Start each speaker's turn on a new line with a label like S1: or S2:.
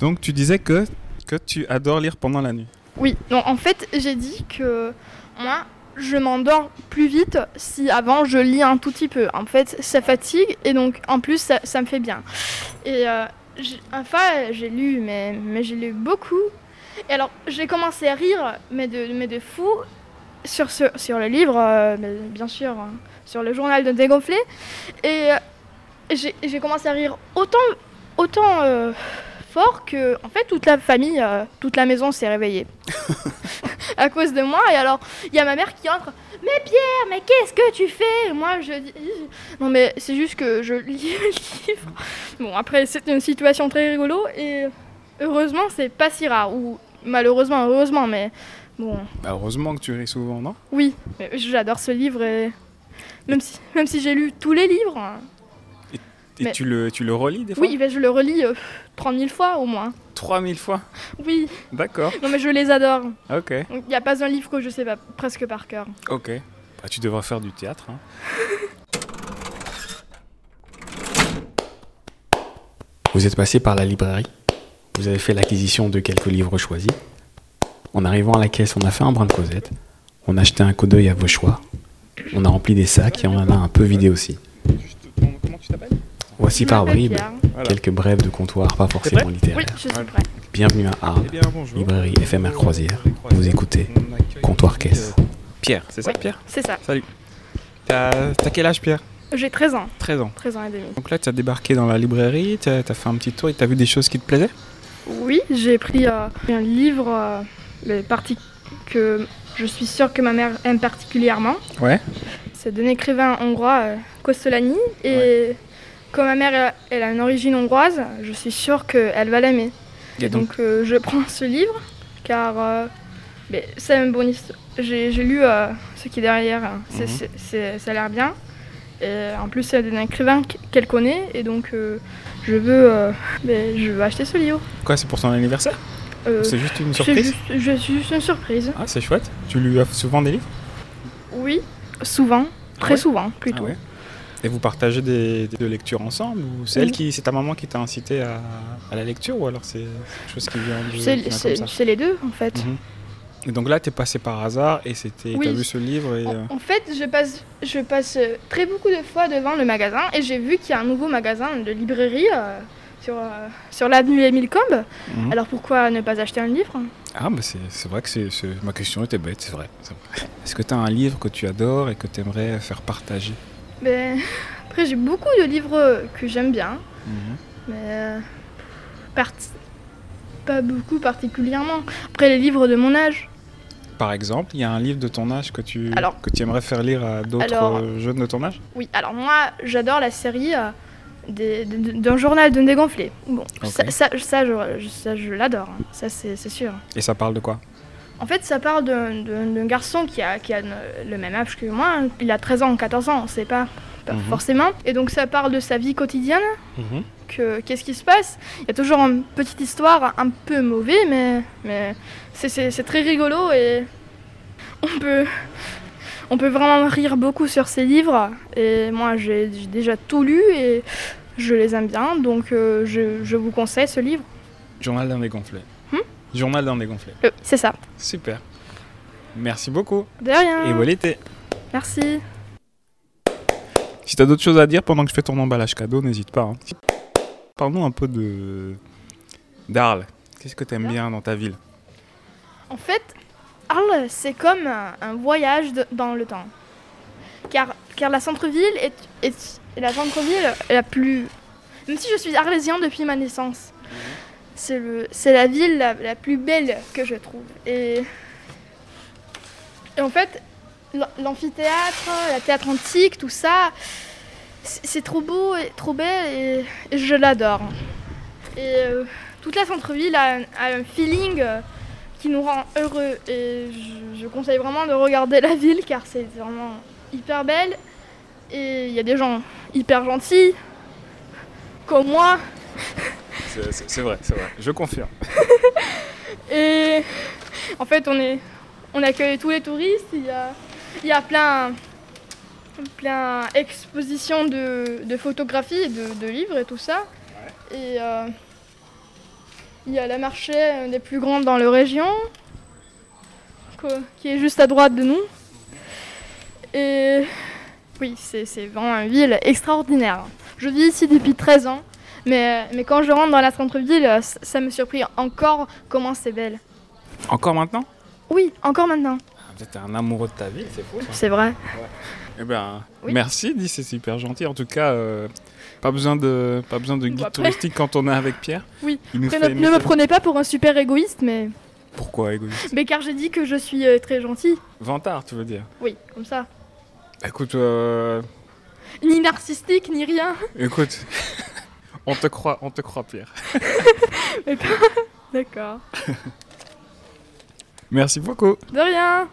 S1: Donc tu disais que, que tu adores lire pendant la nuit.
S2: Oui, donc en fait, j'ai dit que moi, je m'endors plus vite si avant je lis un tout petit peu. En fait, ça fatigue et donc en plus, ça, ça me fait bien. Et euh, j'ai- enfin, j'ai lu, mais, mais j'ai lu beaucoup. Et alors, j'ai commencé à rire, mais de, mais de fou, sur, ce, sur le livre, euh, mais bien sûr, hein, sur le journal de Dégonflé. Et euh, j'ai j'ai commencé à rire autant, autant euh, fort que, en fait, toute la famille, euh, toute la maison s'est réveillée à cause de moi. Et alors, il y a ma mère qui entre. Mais Pierre, mais qu'est-ce que tu fais Et Moi, je dis. Non, mais c'est juste que je lis le livre. Bon, après, c'est une situation très rigolo et heureusement, c'est pas si rare. Ou malheureusement, heureusement, mais bon,
S1: Bah, heureusement que tu ris souvent, non
S2: oui, mais j'adore ce livre et. Même si, même si j'ai lu tous les livres, hein.
S1: Et
S2: Mais-
S1: tu, le, tu le relis des fois
S2: oui, mais je le relis euh, 30 000 fois au moins.
S1: 3000 fois
S2: Oui,
S1: D'accord,
S2: non mais je les adore.
S1: ok.
S2: Il n'y a pas un livre que je sais pas presque par cœur.
S1: Ok. Bah, tu devrais faire du théâtre. hein.
S3: Vous êtes passé par la librairie. Vous avez fait l'acquisition de quelques livres choisis. En arrivant à la caisse, on a fait un brin de causette. On a jeté un coup d'œil à vos choix. On a rempli des sacs et on en a un peu vidé aussi.
S1: comment tu t'appelles
S3: Voici
S2: Je
S3: par
S2: m'appelle
S3: bribes
S2: Pierre.
S1: Voilà.
S3: quelques brèves de comptoir, pas forcément
S2: Oui,
S3: littéraires.
S2: je suis
S1: Voilà.
S2: prêt.
S3: Bienvenue à Arles.
S1: Eh bien, bonjour.
S3: Librairie éphémère croisière. Vous écoutez
S1: On accueille-
S3: Comptoir caisse.
S4: Pierre, c'est ça
S2: Oui.
S4: Pierre
S2: C'est ça.
S4: T'as t'as quel âge Pierre
S2: J'ai 13 ans,
S4: 13 ans.
S2: 13 ans et demi.
S4: Donc là, t'as débarqué dans la librairie, t'as as fait un petit tour et t'as vu des choses qui te plaisaient
S2: Oui, j'ai pris euh, un livre, euh, le parti que je suis sûre que ma mère aime particulièrement.
S1: Ouais.
S2: C'est d'un écrivain hongrois, euh, Kostolany. Et comme ma mère euh, elle- elle a une origine hongroise, je suis sûre qu'elle va l'aimer.
S4: Et donc,
S2: Donc euh, je prends ce livre car euh, mais c'est une bonne histoire. J'ai j'ai lu euh, ce qui est derrière, hein. C'est-
S4: Mhm.
S2: c'est- c'est- ça a l'air bien. Et en plus c'est d'un écrivain qu- qu'elle connaît et donc euh, je veux euh, mais je veux acheter ce livre.
S4: quoi, c'est pour ton anniversaire
S2: Euh,
S4: C'est juste une
S2: c'est
S4: surprise
S2: juste, je suis juste une surprise.
S4: Ah, c'est chouette.
S1: Tu lui offres souvent des livres
S2: Oui, souvent, très
S4: ouais
S2: souvent plutôt.
S4: Ah ouais. Et vous partagez des, des lectures ensemble ou c'est elle
S2: Oui.
S4: qui, c'est ta maman qui t'a incité à, à la lecture ou alors c'est quelque chose qui vient de qui
S2: C'est-
S4: vient
S2: C'est
S4: comme ça
S2: c'est les deux en fait.
S4: Mhm. Et donc là, t'es passé par hasard et c'était,
S2: Oui.
S4: t'as vu ce livre et
S2: En-
S4: euh,
S2: En, fait, je passe, je passe euh, très beaucoup de fois devant le magasin et j'ai vu qu'il y a un nouveau magasin de librairie euh, sur, euh, sur l'avenue Émile Combes.
S4: Mhm.
S2: Alors pourquoi ne pas acheter un livre
S1: Ah, bah c'est c'est vrai que c'est c'est- ma question était bête, c'est vrai. c'est vrai. Est-ce que tu as un livre que tu adores et que tu aimerais faire partager
S2: Mais Ben, après, j'ai beaucoup de livres que j'aime bien,
S1: Mhm.
S2: mais euh, parti- pas beaucoup particulièrement. Après, les livres de mon âge.
S4: Par exemple, il y a un livre de ton âge que tu,
S2: Alors-
S4: que tu aimerais faire lire à d'autres
S2: Alors-
S4: euh, jeunes de ton âge
S2: Oui, alors moi, j'adore la série euh, des- des- d'un journal de dégonflé. Bon,
S4: Ok.
S2: ça, ça, ça, je, ça, je l'adore, hein. ça c'est c'est sûr.
S4: Et ça parle de quoi
S2: En fait, ça parle d'un- d'un d'un garçon qui a, qui a ne- le même âge que moi. hein. Il a 13 ans, 14 ans, on sait pas, pas
S4: Mhm.
S2: forcément. Et donc, ça parle de sa vie quotidienne. que- Qu'est-ce qui se passe Il y a toujours une petite histoire un peu mauvaise, mais, mais c'est- c'est c'est très rigolo et on peut, on peut vraiment rire beaucoup sur ces livres. Et moi, j'ai j'ai déjà tout lu et je les aime bien, donc euh, je, je vous conseille ce livre.
S1: Journal d'un dégonflé.
S2: Hmm
S1: Journal d'un dégonflé.
S2: Euh, c'est ça.
S1: Super. Merci beaucoup
S2: De rien.
S1: et bon été.
S2: Merci.
S1: Si t'as d'autres choses à dire pendant que je fais ton emballage cadeau, n'hésite pas. hein. Parlons un peu de d'Arles. Qu'est-ce que t'aimes bien dans ta ville
S2: En fait, Arles, c'est comme un, un voyage de- dans le temps. Car, car la centre-ville est, est- est la centre-ville la plus... Même si je suis arlésien depuis ma naissance, c'est le- c'est la ville la, la plus belle que je trouve. Et, et en fait, l'am- l'amphithéâtre, la théâtre antique, tout ça, c'est c'est trop beau et trop belle et, et je l'adore. Et euh, toute la centre-ville a, un- a un feeling... euh, qui nous rend heureux. Et je, je conseille vraiment de regarder la ville car c'est vraiment hyper belle. Et il y a des gens hyper gentils, comme moi.
S1: C'est c'est vrai, c'est vrai. Je confirme.
S2: Et en fait, on, est, on accueille tous les touristes. Il y a, il y a plein, plein expositions de, de photographies, et de, de livres et tout ça. Et, euh, Il y a la marché euh, des plus grandes dans la région, que- qui est juste à droite de nous. Et oui, c'est c'est vraiment une ville extraordinaire. Je vis ici depuis 13 ans, mais, mais quand je rentre dans la centre-ville, euh, ça, ça me surprend encore comment c'est belle.
S1: Encore maintenant
S2: Oui, encore maintenant,
S1: Peut-être t'es un amoureux de ta ville, c'est fou.
S2: c'est vrai.
S1: Eh ben,
S2: Oui.
S1: merci, dit c'est super gentil. En tout cas, euh, pas besoin de pas besoin de
S2: Bon,
S1: guide
S2: après.
S1: touristique quand on est avec Pierre.
S2: Oui.
S1: Il nous
S2: Après,
S1: fait
S2: ne,
S1: aimer
S2: ne me
S1: ça.
S2: prenez pas pour un super égoïste, mais,
S1: Pourquoi égoïste
S2: mais car j'ai dit que je suis euh, très gentille.
S1: Vantard, tu veux dire
S2: Oui, comme ça.
S1: Bah, Écoute, euh,
S2: Ni narcissique, ni rien.
S1: écoute, on te croit, on te croit, Pierre.
S2: D'accord.
S1: Merci beaucoup.
S2: De rien.